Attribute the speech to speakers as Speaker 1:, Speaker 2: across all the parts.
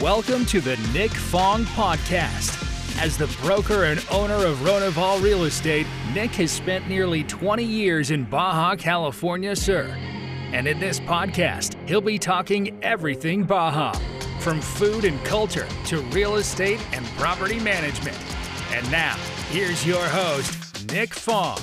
Speaker 1: Welcome to the Nick Fong Podcast. As the broker and owner of Ronaval Real Estate, Nick has spent nearly 20 years in Baja California, sir. And in this podcast, he'll be talking everything Baja, from food and culture to real estate and property management. And now, here's your host, Nick Fong.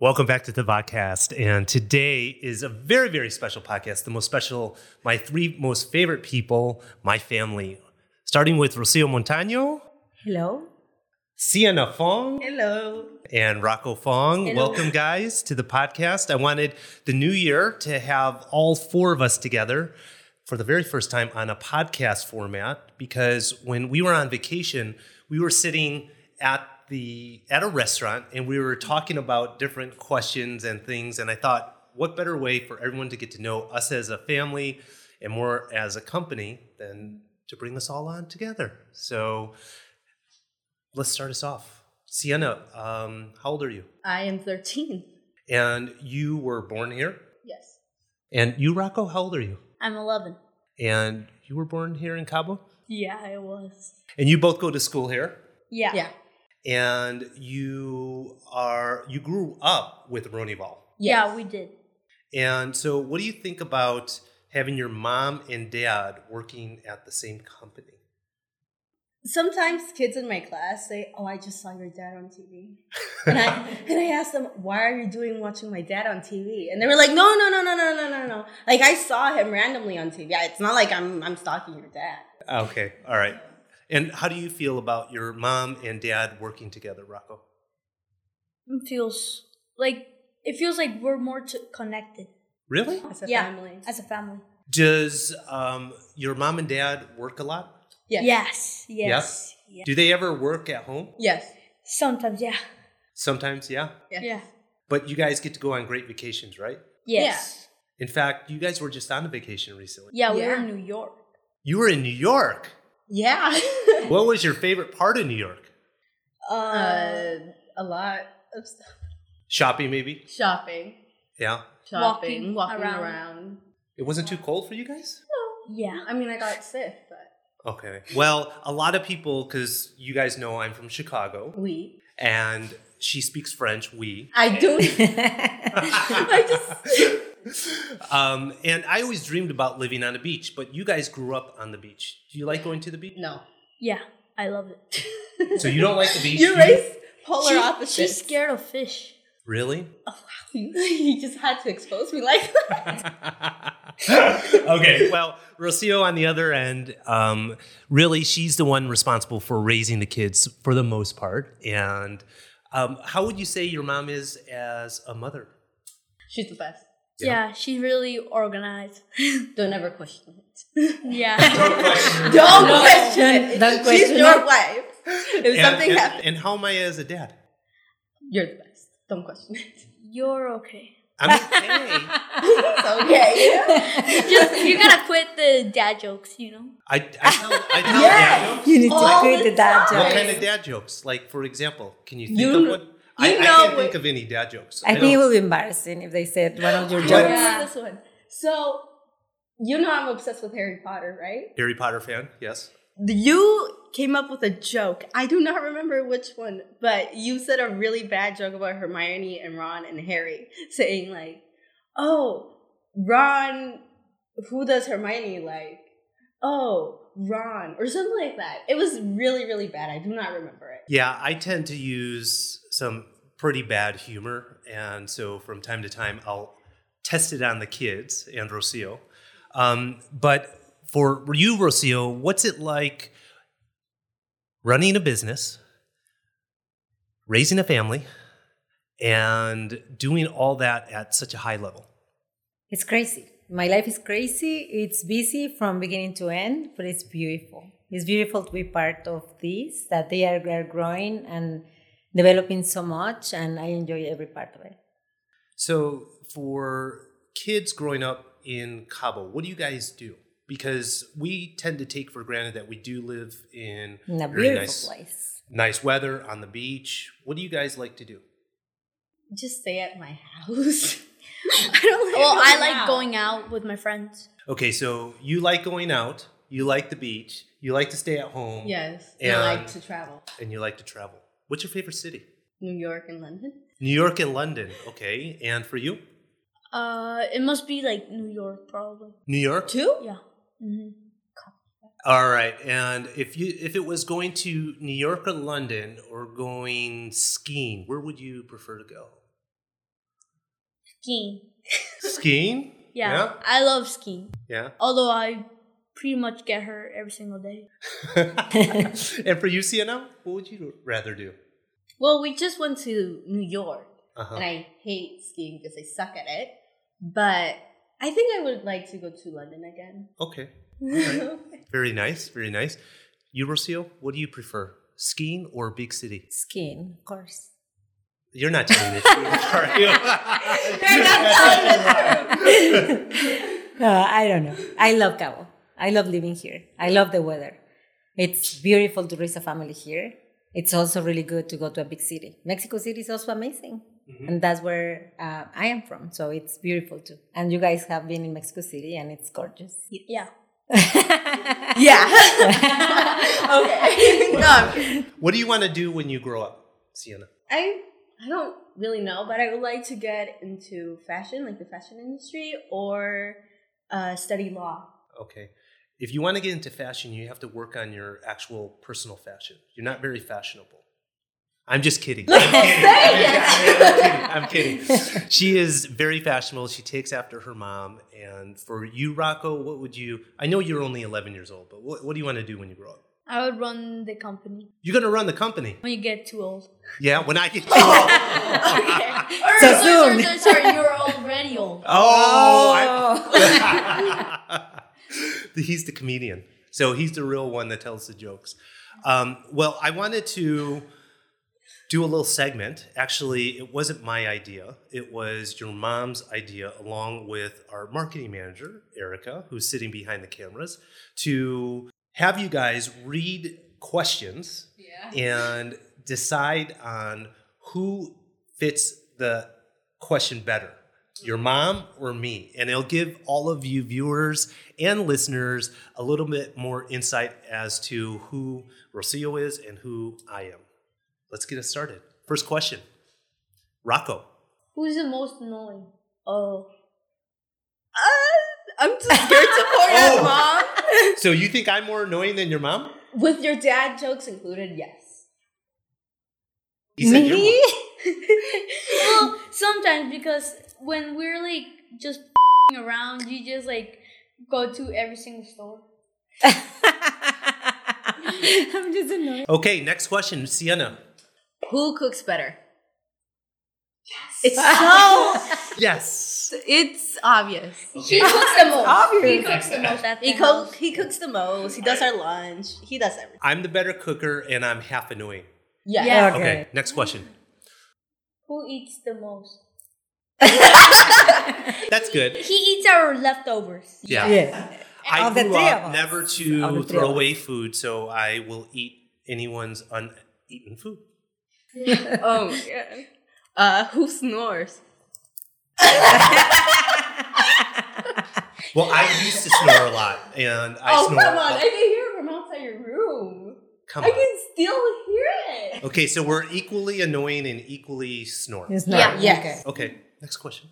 Speaker 2: Welcome back to the podcast. And today is a very, very special podcast. The most special, my three most favorite people, my family. Starting with Rocio Montaño,
Speaker 3: Hello.
Speaker 2: Sienna Fong,
Speaker 3: Hello.
Speaker 2: and Rocco Fong.
Speaker 3: Hello.
Speaker 2: Welcome, guys, to the podcast. I wanted the new year to have all four of us together for the very first time on a podcast format because when we were on vacation, we were sitting at the at a restaurant and we were talking about different questions and things and I thought what better way for everyone to get to know us as a family and more as a company than to bring us all on together. So let's start us off. Sienna, um, how old are you?
Speaker 3: I am 13.
Speaker 2: And you were born here.
Speaker 3: Yes.
Speaker 2: And you, Rocco, how old are you?
Speaker 3: I'm 11.
Speaker 2: And you were born here in Cabo.
Speaker 3: Yeah, I was.
Speaker 2: And you both go to school here.
Speaker 3: Yeah. Yeah.
Speaker 2: And you are you grew up with Ronival.
Speaker 3: Yeah, we did.
Speaker 2: And so, what do you think about having your mom and dad working at the same company?
Speaker 3: Sometimes kids in my class say, "Oh, I just saw your dad on TV," and I and I asked them, "Why are you doing watching my dad on TV?" And they were like, "No, no, no, no, no, no, no, no. Like I saw him randomly on TV. It's not like I'm I'm stalking your dad."
Speaker 2: Okay, all right. And how do you feel about your mom and dad working together, Rocco?
Speaker 4: It feels like it feels like we're more t- connected
Speaker 2: Really?
Speaker 3: As a
Speaker 4: Yeah.
Speaker 3: family.
Speaker 4: as a family.
Speaker 2: Does um, your mom and dad work a lot?
Speaker 3: yes.
Speaker 4: Yes, yes, yeah.
Speaker 2: Do they ever work at home?
Speaker 3: Yes.
Speaker 4: Sometimes, yeah,
Speaker 2: Sometimes, yeah.
Speaker 3: Yes.
Speaker 4: yeah,
Speaker 2: But you guys get to go on great vacations, right?
Speaker 4: yes,
Speaker 2: In fact, you guys were just on a vacation recently.
Speaker 4: yeah. we were
Speaker 3: Yeah.
Speaker 4: in New York.
Speaker 2: You were in New York.
Speaker 3: Yeah.
Speaker 2: What was your favorite part of New York?
Speaker 3: uh, a lot of stuff.
Speaker 2: Shopping, maybe?
Speaker 3: Shopping.
Speaker 2: Yeah.
Speaker 3: Shopping. Walking,
Speaker 4: Walking
Speaker 3: around.
Speaker 4: around.
Speaker 2: It wasn't too cold for you guys?
Speaker 4: Yeah,
Speaker 3: I mean, I got sick, but
Speaker 2: Okay. Well, a lot of people, because you guys know I'm from Chicago
Speaker 3: we.
Speaker 2: and she speaks French, we.
Speaker 3: I do. I just.
Speaker 2: um, and I always dreamed about living on a beach, but you guys grew up on the beach. Do you like going to the beach?
Speaker 3: No.
Speaker 4: yeah. I love it.
Speaker 2: So you don't like the beach?
Speaker 3: You race polar
Speaker 4: She-
Speaker 3: opposites.
Speaker 4: She's scared of fish.
Speaker 2: Really?
Speaker 3: you just had to expose me like that.
Speaker 2: okay. Well, Rocio on the other end, um, really, she's the one responsible for raising the kids for the most part. And um, how would you say your mom is as a mother?
Speaker 3: She's the best.
Speaker 2: Yeah.
Speaker 4: Yeah, she's really organized.
Speaker 3: Don't ever question it.
Speaker 4: yeah,
Speaker 3: Don't question it.
Speaker 5: don't question
Speaker 3: She's your
Speaker 5: it.
Speaker 3: wife. If
Speaker 2: and,
Speaker 3: something
Speaker 2: and,
Speaker 3: happens,
Speaker 2: And how am I as a dad?
Speaker 3: you're the best. Don't question it.
Speaker 4: you're okay.
Speaker 2: I'm okay.
Speaker 3: It's okay.
Speaker 4: Just you gotta quit the dad jokes, you know.
Speaker 2: I, I tell, I tell dad jokes.
Speaker 5: You need to
Speaker 3: All
Speaker 5: quit
Speaker 3: the
Speaker 5: the dad
Speaker 3: time.
Speaker 2: What
Speaker 5: joke.
Speaker 2: kind of dad jokes? Like, for example, can you think
Speaker 3: You-
Speaker 2: of one? I,
Speaker 3: you
Speaker 2: I
Speaker 3: know
Speaker 2: can't
Speaker 3: what-
Speaker 2: think of any dad jokes.
Speaker 5: I
Speaker 2: don't-
Speaker 5: think it would be embarrassing if they said one of your
Speaker 2: Yeah.
Speaker 3: What's
Speaker 5: jokes.
Speaker 3: this one? So, you know I'm obsessed with Harry Potter, right?
Speaker 2: Harry Potter fan, yes.
Speaker 3: You came up with a joke. I do not remember which one, but you said a really bad joke about Hermione and Ron and Harry, saying like, "Oh, Ron, who does Hermione like? Oh, Ron, or something like that." It was really, really bad. I do not remember it.
Speaker 2: Yeah, I tend to use some pretty bad humor, and so from time to time I'll test it on the kids and Rocio. Um, but for you, Rocio, what's it like running a business, raising a family, and doing all that at such a high level?
Speaker 5: It's crazy. My life is crazy. It's busy from beginning to end, but it's beautiful. It's beautiful to be part of this, that they are, are growing and developing so much, and I enjoy every part of it.
Speaker 2: So, for kids growing up in Cabo, what do you guys do? Because we tend to take for granted that we do live in
Speaker 5: In a
Speaker 2: very
Speaker 5: beautiful
Speaker 2: nice,
Speaker 5: place.
Speaker 2: nice weather on the beach. What do you guys like to do?
Speaker 3: Just stay at my house. I don't like
Speaker 4: Well, I
Speaker 3: going
Speaker 4: like
Speaker 3: out.
Speaker 4: going out with my friends.
Speaker 2: Okay, so you like going out, you like the beach, you like to stay at home,
Speaker 3: Yes.
Speaker 2: And-
Speaker 3: I like to travel.
Speaker 2: and you like to travel. What's your favorite city?
Speaker 3: New York and London.
Speaker 2: New York and London. Okay, and for you,
Speaker 4: Uh, it must be like New York, probably.
Speaker 2: New York.
Speaker 3: Two?
Speaker 4: Yeah. hmm
Speaker 2: All right, and if you if it was going to New York or London or going skiing, where would you prefer to go?
Speaker 4: Skiing.
Speaker 2: Skiing.
Speaker 4: Yeah,
Speaker 2: Yeah.
Speaker 4: I love skiing.
Speaker 2: Yeah.
Speaker 4: Although I pretty much get hurt every single day.
Speaker 2: and for you, Sienna, what would you rather do?
Speaker 3: Well, we just went to New York,
Speaker 2: Uh-huh.
Speaker 3: and I hate skiing because I suck at it. But I think I would like to go to London again.
Speaker 2: okay. Alright. Very nice. Very nice. You, Rocio, what do you prefer, skiing or big city?
Speaker 5: Skin, of course.
Speaker 2: You're not telling the truth, are you?
Speaker 5: No, Uh, I don't know. I love Cabo. I love living here. I love the weather. It's beautiful to raise a family here. It's also really good to go to a big city. Mexico City is also amazing. And that's where uh, I am from. So it's beautiful too. And you guys have been in Mexico City and it's gorgeous.
Speaker 4: Yeah.
Speaker 3: Yeah. okay. no, I'm-
Speaker 2: what do you want to do when you grow up, Sienna?
Speaker 3: I I don't really know, but I would like to get into fashion, like the fashion industry, or uh, study law.
Speaker 2: Okay. If you want to get into fashion, you have to work on your actual personal fashion. You're not very fashionable. I'm just kidding. I'm kidding. I'm kidding. She is very fashionable. She takes after her mom. And for you, Rocco, what would you? I know you're only 11 years old, but what, what do you want to do when you grow up?
Speaker 4: I would run the company
Speaker 2: You're going to run the company.
Speaker 4: when you get too old.
Speaker 2: Yeah, when I get.
Speaker 4: Or-
Speaker 5: So
Speaker 4: sorry,
Speaker 5: soon.
Speaker 4: sorry, sorry, sorry, you're already old.
Speaker 2: Oh, I- he's the comedian, so he's the real one that tells the jokes. Um, well, I wanted to do a little segment. Actually, it wasn't my idea; it was your mom's idea, along with our marketing manager Erica, who's sitting behind the cameras, to have you guys read questions and decide on who fits the question better your mom or me and it'll give all of you viewers and listeners a little bit more insight as to who rocio is and who i am let's get us started first question rocco
Speaker 4: Who's the most annoying?
Speaker 3: Oh. Uh, I'm just scared to point out, mom.
Speaker 2: so you think i'm more annoying than your mom
Speaker 3: With your dad jokes included, yes.
Speaker 2: He said you're
Speaker 5: Me?
Speaker 2: more-
Speaker 4: well, sometimes because when we're like just around, you just like go to every single store.
Speaker 5: I'm just annoyed.
Speaker 2: okay next question sienna
Speaker 3: Who cooks better? Yes. It's
Speaker 2: yes
Speaker 3: so it's obvious.
Speaker 4: He cooks the most. He
Speaker 5: Obvious.
Speaker 4: cooks the most. At the
Speaker 3: He cooks he cooks the most. He does our lunch. He does everything.
Speaker 2: i'm the better cooker and i'm half annoying
Speaker 3: Yes.
Speaker 4: Yeah.
Speaker 2: okay,
Speaker 5: Okay.
Speaker 2: next question
Speaker 4: Who eats the most?
Speaker 2: that's good
Speaker 4: He eats our leftovers.
Speaker 2: yeah,
Speaker 5: Yes.
Speaker 2: I
Speaker 5: Of the
Speaker 2: grew
Speaker 5: three
Speaker 2: up
Speaker 5: of us.
Speaker 2: never
Speaker 5: Of
Speaker 2: to
Speaker 5: the three
Speaker 2: throw
Speaker 5: of us.
Speaker 2: away food, so I will eat anyone's uneaten food.
Speaker 3: Oh my god. Uh who snores?
Speaker 2: Well, I used to snore a lot, and I
Speaker 3: oh
Speaker 2: snore.
Speaker 3: come on, I can hear it from outside your room.
Speaker 2: Come
Speaker 3: I
Speaker 2: on.
Speaker 3: can still hear it.
Speaker 2: Okay, so we're equally annoying and equally snore.
Speaker 5: It's not.
Speaker 3: Yeah, yes.
Speaker 5: Okay.
Speaker 2: Okay, next question.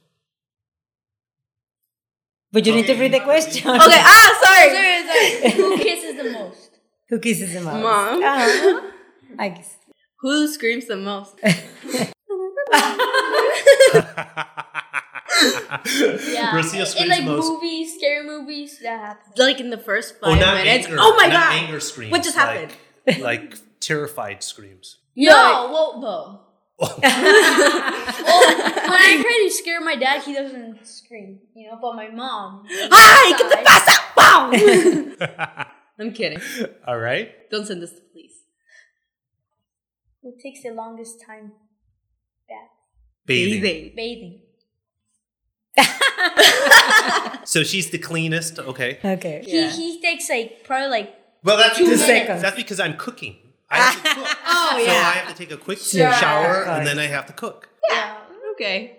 Speaker 5: But you need to read the question.
Speaker 3: Okay, ah sorry.
Speaker 4: Sorry, sorry. Who kisses the most?
Speaker 5: Who kisses the most?
Speaker 3: Mom.
Speaker 5: Ah, I guess.
Speaker 3: Who screams the most?
Speaker 4: Yeah.
Speaker 2: Rocio
Speaker 4: in, in
Speaker 2: screams
Speaker 4: like
Speaker 2: most.
Speaker 4: movies, scary movies, that happens.
Speaker 3: like in the first
Speaker 2: Oh,
Speaker 3: five
Speaker 2: not
Speaker 3: minutes.
Speaker 2: anger.
Speaker 3: oh my
Speaker 2: not
Speaker 3: god.
Speaker 2: Anger screams.
Speaker 3: What just
Speaker 2: like-
Speaker 3: happened?
Speaker 2: Like, terrified screams.
Speaker 4: Yeah,
Speaker 3: No, well both.
Speaker 4: Well, when I try to scare my dad, he doesn't scream, you know. But my mom,
Speaker 3: Hi, get the
Speaker 4: Sorry.
Speaker 3: pass out! Wow! I'm kidding.
Speaker 2: All right.
Speaker 3: Don't send this to police.
Speaker 4: who takes the longest time
Speaker 2: Bathing.
Speaker 3: Bathing.
Speaker 4: bathing?
Speaker 2: So she's the cleanest. Okay.
Speaker 5: Okay.
Speaker 3: Yeah.
Speaker 4: He he takes like probably like
Speaker 2: Well, that's
Speaker 4: Two
Speaker 2: because,
Speaker 5: seconds.
Speaker 2: that's because I'm cooking. I have to cook.
Speaker 3: Oh,
Speaker 2: So
Speaker 3: yeah.
Speaker 2: I have to take a quick
Speaker 3: Sure.
Speaker 2: shower and then I have to cook.
Speaker 4: yeah.
Speaker 3: Okay.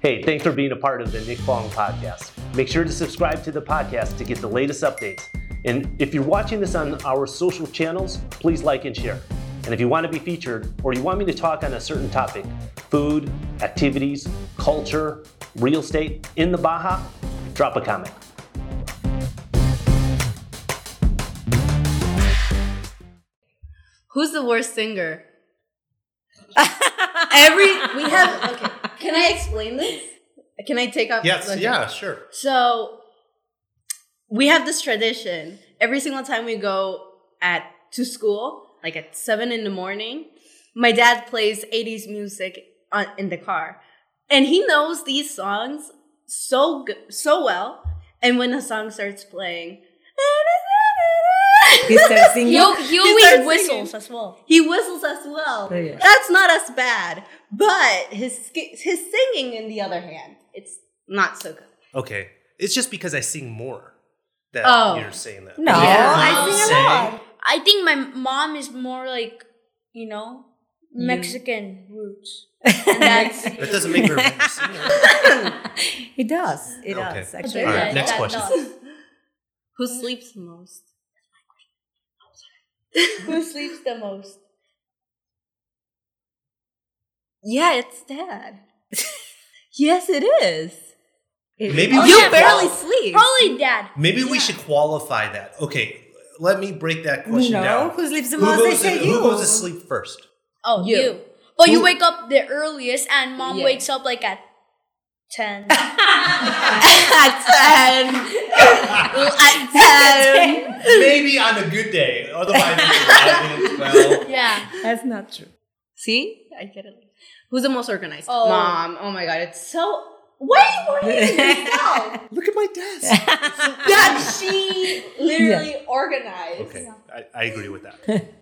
Speaker 2: Hey, thanks for being a part of the Nick Fong podcast. Make sure to subscribe to the podcast to get the latest updates. And if you're watching this on our social channels, please like and share. And if you want to be featured or you want me to talk on a certain topic food, activities, culture, real estate in the Baja drop a comment.
Speaker 3: Who's the worst singer? Every we have. Okay, can I explain this? Can I take off? okay.
Speaker 2: sure.
Speaker 3: So we have this tradition. Every single time we go at to school, like at seven in the morning, my dad plays '80s music on, in the car, and he knows these songs so g- so well. And when the song starts playing,
Speaker 5: He starts singing.
Speaker 4: He, al- he
Speaker 3: starts
Speaker 4: always
Speaker 3: singing.
Speaker 4: whistles as well.
Speaker 3: He whistles as well.
Speaker 5: Oh, yeah.
Speaker 3: That's not as bad, but his sk- his singing, on the other hand, it's not so good.
Speaker 2: Okay. It's just because I sing more that
Speaker 3: Oh.
Speaker 2: you're saying that.
Speaker 5: No,
Speaker 3: Yeah.
Speaker 5: I sing a lot.
Speaker 4: I think my mom is more like, you know, Mexican roots. And that's
Speaker 2: That doesn't make her a better singer.
Speaker 5: It does. It
Speaker 2: Okay.
Speaker 5: does. Actually,
Speaker 2: All right,
Speaker 4: that-
Speaker 2: next
Speaker 4: that
Speaker 2: question.
Speaker 4: does.
Speaker 3: Who sleeps the most?
Speaker 4: Who sleeps the most?
Speaker 3: Yeah, it's dad. yes, it is.
Speaker 5: It-
Speaker 2: Maybe-
Speaker 3: you
Speaker 4: yeah,
Speaker 3: barely
Speaker 4: prob-
Speaker 3: sleep.
Speaker 4: Probably dad.
Speaker 2: Maybe we should qualify that. Okay, let me break that question
Speaker 5: no.
Speaker 2: down.
Speaker 5: Who sleeps the
Speaker 2: Who
Speaker 5: most?
Speaker 2: goes,
Speaker 5: I say
Speaker 2: to,
Speaker 5: you.
Speaker 2: who goes to sleep first?
Speaker 4: Oh,
Speaker 3: You.
Speaker 4: you. But you
Speaker 2: Who-
Speaker 4: wake up the earliest, and mom
Speaker 3: Yeah.
Speaker 4: wakes up like at 10.
Speaker 3: at 10. at 10.
Speaker 2: Maybe on a good day. Otherwise, it's 11, 12.
Speaker 4: yeah.
Speaker 5: That's not true.
Speaker 3: See? I get it. Who's the most organized?
Speaker 4: Oh.
Speaker 3: Mom. Oh my god, it's so. Why are you organizing yourself?
Speaker 2: Look at my desk.
Speaker 3: that she literally organized.
Speaker 2: Okay, I, I agree with that.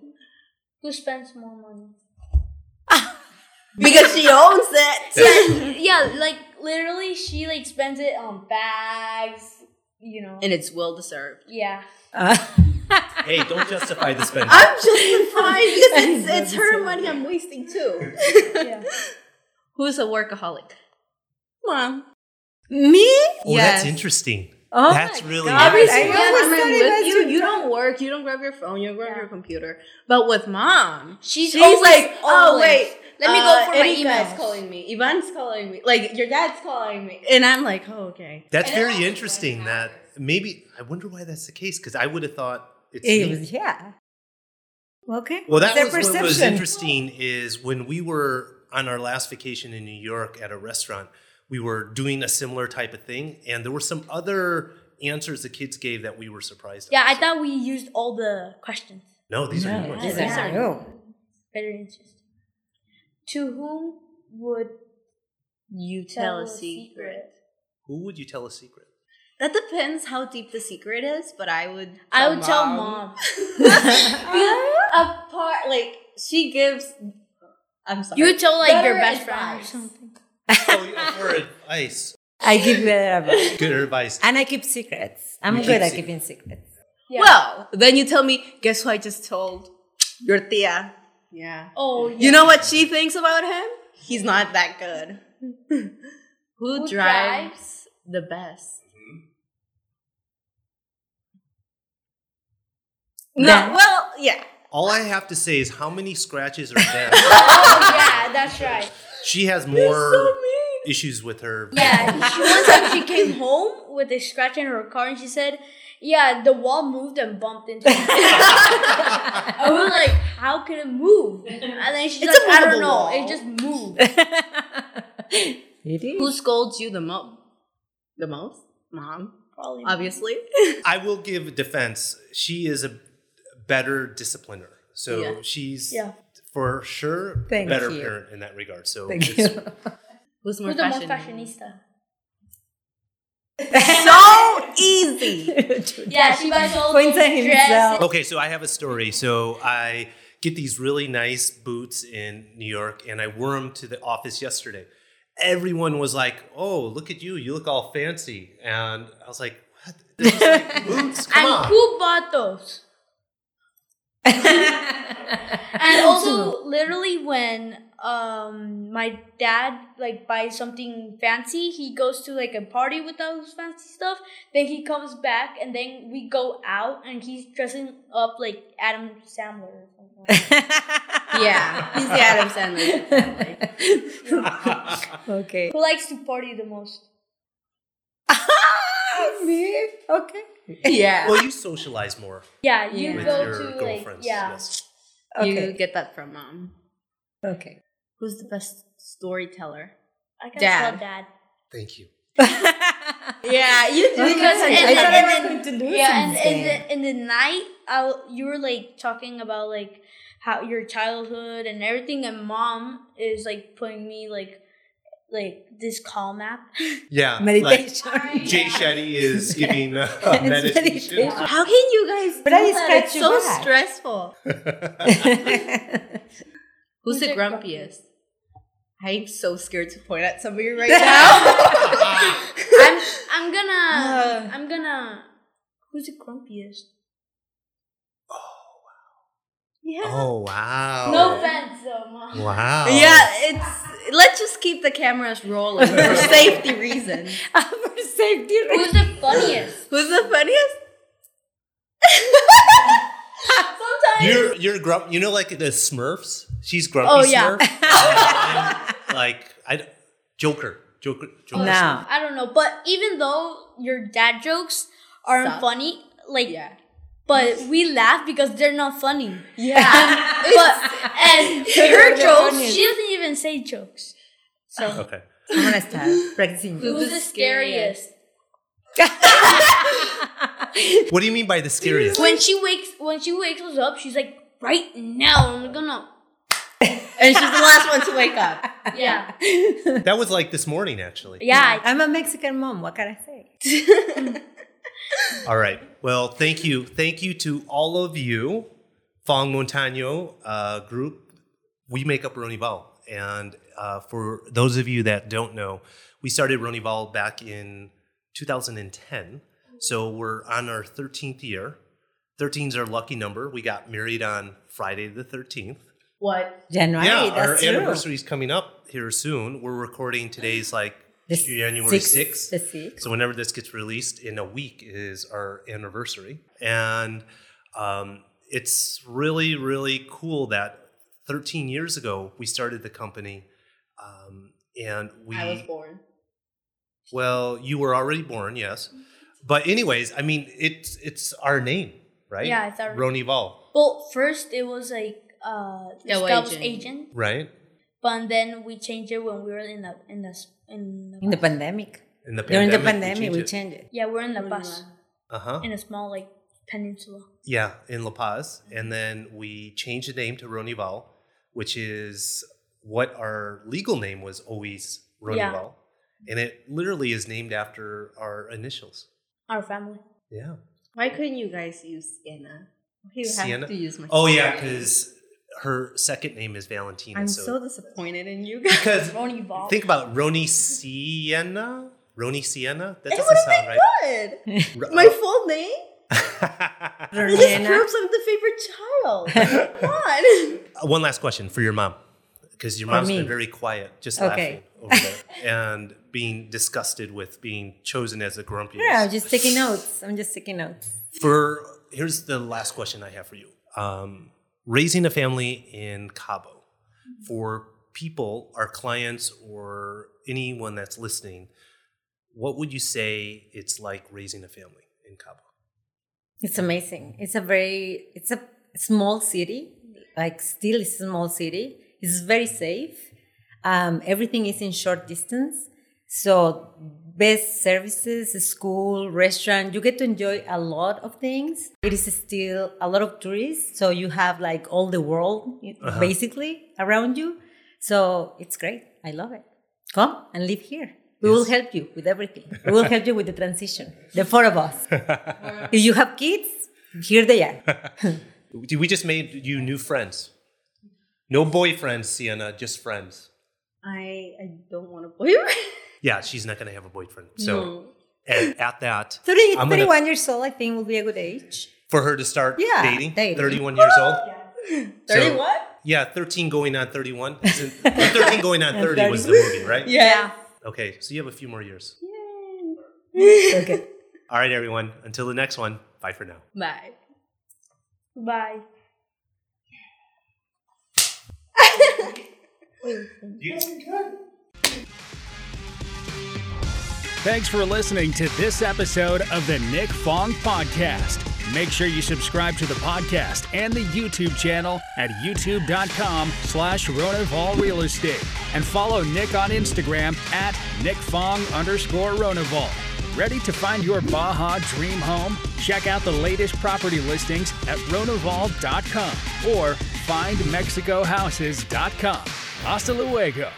Speaker 4: Who spends more money?
Speaker 3: Because she owns it.
Speaker 4: yeah, yeah, like literally, she like spends it on bags, you know.
Speaker 3: And it's well deserved.
Speaker 4: yeah,
Speaker 5: Uh,
Speaker 2: hey, don't justify the spending.
Speaker 3: I'm justifying because it's, it's her money I'm wasting too.
Speaker 4: yeah.
Speaker 3: Who's a workaholic? Mom.
Speaker 5: me?
Speaker 2: Oh,
Speaker 3: Yes.
Speaker 2: that's interesting.
Speaker 5: Oh
Speaker 2: that's
Speaker 5: my
Speaker 2: really
Speaker 5: God.
Speaker 3: Every
Speaker 5: Every
Speaker 2: interesting.
Speaker 3: single
Speaker 5: single
Speaker 3: time
Speaker 5: time
Speaker 3: I'm
Speaker 5: I
Speaker 3: with
Speaker 5: message
Speaker 3: you,
Speaker 5: her.
Speaker 3: you don't work, you don't grab your phone, you don't grab
Speaker 4: Yeah.
Speaker 3: your computer. But with mom,
Speaker 4: She's,
Speaker 3: she's
Speaker 4: always,
Speaker 3: like, oh
Speaker 4: always.
Speaker 3: wait,
Speaker 4: let me
Speaker 3: uh,
Speaker 4: go for my
Speaker 3: Erika is
Speaker 4: emails.
Speaker 3: calling me, Ivan's calling me, like your dad's calling me, and I'm like, oh okay.
Speaker 2: That's
Speaker 3: And it
Speaker 2: very
Speaker 3: happens
Speaker 2: interesting.
Speaker 5: Oh
Speaker 2: That
Speaker 3: like
Speaker 2: maybe I wonder why that's the case because I would have thought it's me.
Speaker 5: It was, yeah. Okay.
Speaker 2: Well, that
Speaker 5: Their
Speaker 2: was what was interesting is when we were on our last vacation in New York at a restaurant, we were doing a similar type of thing, and there were some other answers the kids gave that we were surprised.
Speaker 4: Yeah,
Speaker 2: at.
Speaker 4: I thought we used all the questions.
Speaker 2: no, these are new
Speaker 5: No,
Speaker 2: ones.
Speaker 5: these
Speaker 4: Yeah.
Speaker 5: are new.
Speaker 4: Very interesting. To whom would
Speaker 3: You
Speaker 4: tell a secret?
Speaker 2: Who would you tell a secret?
Speaker 3: That depends how deep the secret is, but I would.
Speaker 4: I would tell mom.
Speaker 3: Because a part like she gives. I'm sorry.
Speaker 4: You would tell like your
Speaker 3: Better
Speaker 4: best friend or
Speaker 3: advice.
Speaker 4: something.
Speaker 2: oh, yeah, for advice,
Speaker 5: Oh, I give better advice.
Speaker 2: good advice.
Speaker 5: And I keep secrets. I'm
Speaker 2: You keep
Speaker 5: good at
Speaker 2: secrets.
Speaker 5: keeping secrets.
Speaker 4: Yeah.
Speaker 3: Well, then you tell me. Guess who I just told? Your tia. Yeah.
Speaker 4: oh, yeah.
Speaker 3: You know what she thinks about him? He's not that good. Who,
Speaker 4: Who
Speaker 3: drives the best? No,
Speaker 5: Them.
Speaker 3: well, yeah.
Speaker 2: All I have to say is how many scratches are there.
Speaker 4: Oh, yeah, that's right.
Speaker 2: she has
Speaker 3: You're
Speaker 2: more
Speaker 3: so mean.
Speaker 2: issues with her.
Speaker 4: Yeah, she, one time she came home with a scratch in her car, and she said, "Yeah, the wall moved and bumped into." me." I was like, "How could it move?" And then she's
Speaker 3: It's a
Speaker 4: like, "I don't
Speaker 3: movable
Speaker 4: know.
Speaker 3: wall."
Speaker 4: It just moved."
Speaker 5: It is.
Speaker 3: Who scolds you the most? The most? Mom,
Speaker 4: Probably.
Speaker 3: obviously.
Speaker 2: I will give defense. She is a better discipliner. So
Speaker 3: Yeah.
Speaker 2: she's
Speaker 4: Yeah.
Speaker 2: for sure
Speaker 5: Thank
Speaker 2: better
Speaker 5: you.
Speaker 2: parent in that regard. So
Speaker 5: Thank
Speaker 2: it's-
Speaker 5: you.
Speaker 3: Who's more
Speaker 4: Who's the most
Speaker 3: fashionista?
Speaker 4: fashionista?
Speaker 3: so easy.
Speaker 4: Yeah, she buys all
Speaker 5: Points
Speaker 4: those
Speaker 5: at himself.
Speaker 4: dresses.
Speaker 2: okay, so I have a story. So I get these really nice boots in New York and I wore them to the office yesterday. Everyone was like, "Oh, look at you. You look all fancy." And I was like, "What? This is like boots. Come
Speaker 4: And
Speaker 2: on."
Speaker 4: who bought those? and also literally when um my dad like buys something fancy he goes to like a party with those fancy stuff then he comes back and then we go out and he's dressing up like adam sandler or something
Speaker 3: Yeah, he's the Adam Sandler.
Speaker 5: okay.
Speaker 4: who likes to party the most
Speaker 5: Me? Okay.
Speaker 3: Yeah,
Speaker 2: Well, you socialize more
Speaker 4: yeah you
Speaker 5: Yeah.
Speaker 2: with
Speaker 4: go
Speaker 2: your
Speaker 4: to like
Speaker 2: girlfriends.
Speaker 4: yeah
Speaker 2: Yes.
Speaker 5: Okay.
Speaker 3: you get that from mom.
Speaker 5: Okay.
Speaker 3: Who's the best storyteller?
Speaker 4: i can
Speaker 3: Dad.
Speaker 4: tell dad
Speaker 2: Thank you.
Speaker 3: Yeah, you do.
Speaker 4: Because
Speaker 5: I
Speaker 4: and-
Speaker 5: thought
Speaker 4: and
Speaker 5: I was
Speaker 4: then-
Speaker 5: going to do
Speaker 4: yeah and in
Speaker 5: something.
Speaker 4: the in the night I, you were like talking about like how your childhood and everything and mom is like putting me like like this calm app
Speaker 2: Yeah. Like,
Speaker 5: Meditation.
Speaker 2: Jay Shetty is giving uh, meditation.
Speaker 5: meditation.
Speaker 3: How can you guys?
Speaker 5: But
Speaker 3: do
Speaker 5: I
Speaker 3: that?
Speaker 5: scratch
Speaker 3: It's
Speaker 5: your
Speaker 3: so
Speaker 5: back.
Speaker 3: stressful. Who's
Speaker 4: Who's
Speaker 3: the
Speaker 4: the
Speaker 3: grumpiest? I'm so scared to point at somebody right Oh. now.
Speaker 4: I'm I'm gonna
Speaker 5: Uh.
Speaker 4: I'm gonna who's the grumpiest? Yeah.
Speaker 2: oh wow.
Speaker 4: No offense though, mom.
Speaker 2: Wow.
Speaker 3: yeah, it's let's just keep the cameras rolling for safety reasons.
Speaker 5: For safety
Speaker 4: Who's the funniest?
Speaker 3: Who's the funniest?
Speaker 4: Sometimes
Speaker 2: You're you're grump. You know, like the Smurfs. She's grumpy.
Speaker 4: Oh, yeah.
Speaker 2: Smurf. I'm, like I, d- Joker, Joker, Joker.
Speaker 5: No.
Speaker 4: I don't know, but even though your dad jokes aren't
Speaker 3: Suck.
Speaker 4: funny, like
Speaker 3: Yeah.
Speaker 4: but we laugh because they're not funny. Um,
Speaker 3: Yeah.
Speaker 4: But and her
Speaker 5: They're
Speaker 4: jokes,
Speaker 5: funny.
Speaker 4: she doesn't even say jokes. So
Speaker 2: Okay.
Speaker 5: I'm going to start practicing.
Speaker 3: Who's
Speaker 4: who's
Speaker 3: the
Speaker 4: the scariest?
Speaker 2: What do you mean by the scariest?
Speaker 4: When she wakes when she wakes us up, she's like, right now I'm gonna
Speaker 3: and she's the last one to wake up.
Speaker 4: Yeah.
Speaker 2: That was like this morning, actually.
Speaker 4: Yeah,
Speaker 5: I'm a Mexican mom. What can I say?
Speaker 2: All right. Well, thank you, thank you to all of you, Fong Montano uh, group. We make up Ronival, and uh, for those of you that don't know, we started Ronival back in 2010. So we're on our 13th year. 13 is our lucky number. We got married on Friday the 13th.
Speaker 3: What?
Speaker 5: January.
Speaker 2: yeah, our
Speaker 5: that's true.
Speaker 2: anniversary's coming up here soon. We're recording today's like
Speaker 5: The
Speaker 2: January
Speaker 5: sixth-
Speaker 2: 6th.
Speaker 5: The sixth.
Speaker 2: So whenever this gets released in a week is our anniversary, and um, it's really really cool that 13 years ago we started the company, um, and we
Speaker 3: I was born.
Speaker 2: well you were already born yes, but anyways I mean it's it's our name right
Speaker 4: Yeah, it's our-
Speaker 2: Ronnie Ball
Speaker 4: Well, first it was like uh
Speaker 3: No
Speaker 4: Scout's
Speaker 3: agent.
Speaker 4: agent.
Speaker 2: right
Speaker 4: but then we changed it when we were in the in the s- in the,
Speaker 5: In the pandemic.
Speaker 2: in the
Speaker 5: During the
Speaker 2: pandemic,
Speaker 5: pandemic, we changed, it.
Speaker 4: yeah we're in the bus
Speaker 2: uh huh
Speaker 4: in a small like peninsula.
Speaker 2: Yeah, in La Paz. And then we changed the name to Ronival, which is what our legal name was always Ronival.
Speaker 4: Yeah.
Speaker 2: And it literally is named after our initials.
Speaker 4: Our family.
Speaker 2: Yeah.
Speaker 3: Why couldn't you guys use Sienna? You have
Speaker 2: Sienna?
Speaker 3: to use my
Speaker 2: Oh, yeah, because her second name is Valentina.
Speaker 3: I'm
Speaker 2: so,
Speaker 3: so disappointed in you guys.
Speaker 2: because
Speaker 4: Ronnie Ball.
Speaker 2: think about it, Roni Sienna. Roni Sienna? That
Speaker 3: It
Speaker 2: doesn't
Speaker 3: would've
Speaker 2: sound
Speaker 3: been
Speaker 2: right.
Speaker 3: good.
Speaker 2: Ro-
Speaker 3: My full name? It just
Speaker 5: Lorena.
Speaker 3: proves I'm the favorite child. Come on.
Speaker 2: One last question for your mom, because your
Speaker 5: For
Speaker 2: mom's
Speaker 5: me?
Speaker 2: been very quiet, just
Speaker 5: Okay.
Speaker 2: laughing over there and being disgusted with being chosen as a grumpy.
Speaker 5: Yeah, I'm just taking notes. I'm just taking notes.
Speaker 2: For here's the last question I have for you: um, raising a family in Cabo for people, our clients, or anyone that's listening, what would you say it's like raising a family in Cabo?
Speaker 5: It's amazing. It's a very it's a small city, like still a small city. It's very safe. Um, everything is in short distance. So best services, school, restaurant, you get to enjoy a lot of things. It is still a lot of tourists, so you have like all the world basically around you. So it's great. I love it. Come and live here. We will help you with everything. We will help you with the transition. The four of us. If you have kids, here they are.
Speaker 2: Do We just made you new friends. No boyfriends, Sienna, just friends.
Speaker 3: I I don't want to believe it.
Speaker 2: Yeah, she's not going to have a boyfriend. So, and at that,
Speaker 5: 30,
Speaker 2: I'm gonna-
Speaker 5: 31 years old, I think, will be a good age.
Speaker 2: for her to start
Speaker 5: Yeah,
Speaker 2: dating,
Speaker 5: dating.
Speaker 2: 31 years old. So-
Speaker 3: Thirty what?
Speaker 2: Yeah, 13 going on 31. Isn't- 13 going on 30 was the movie, right?
Speaker 3: Yeah.
Speaker 2: Okay, so you have a few more years.
Speaker 5: Okay.
Speaker 2: All right, everyone. Until the next one, bye for now.
Speaker 3: Bye.
Speaker 4: Bye.
Speaker 1: Thanks for listening to this episode of the Nick Fong Podcast. Make sure you subscribe to the podcast and the YouTube channel at youtube.com slash Ronaval Real Estate. And follow Nick on Instagram at Nick Fong underscore Ronaval. Ready to find your Baja dream home? Check out the latest property listings at ronaval.com or findmexicohouses.com. Hasta luego.